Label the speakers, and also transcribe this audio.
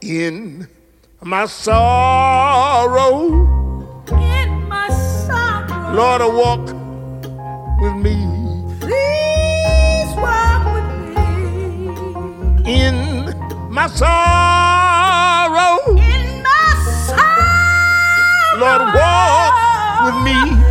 Speaker 1: in my sorrow.
Speaker 2: in my sorrow.
Speaker 1: Lord, walk with me
Speaker 2: Please walk with me
Speaker 1: in my sorrow.
Speaker 2: in my sorrow.
Speaker 1: Lord, walk with me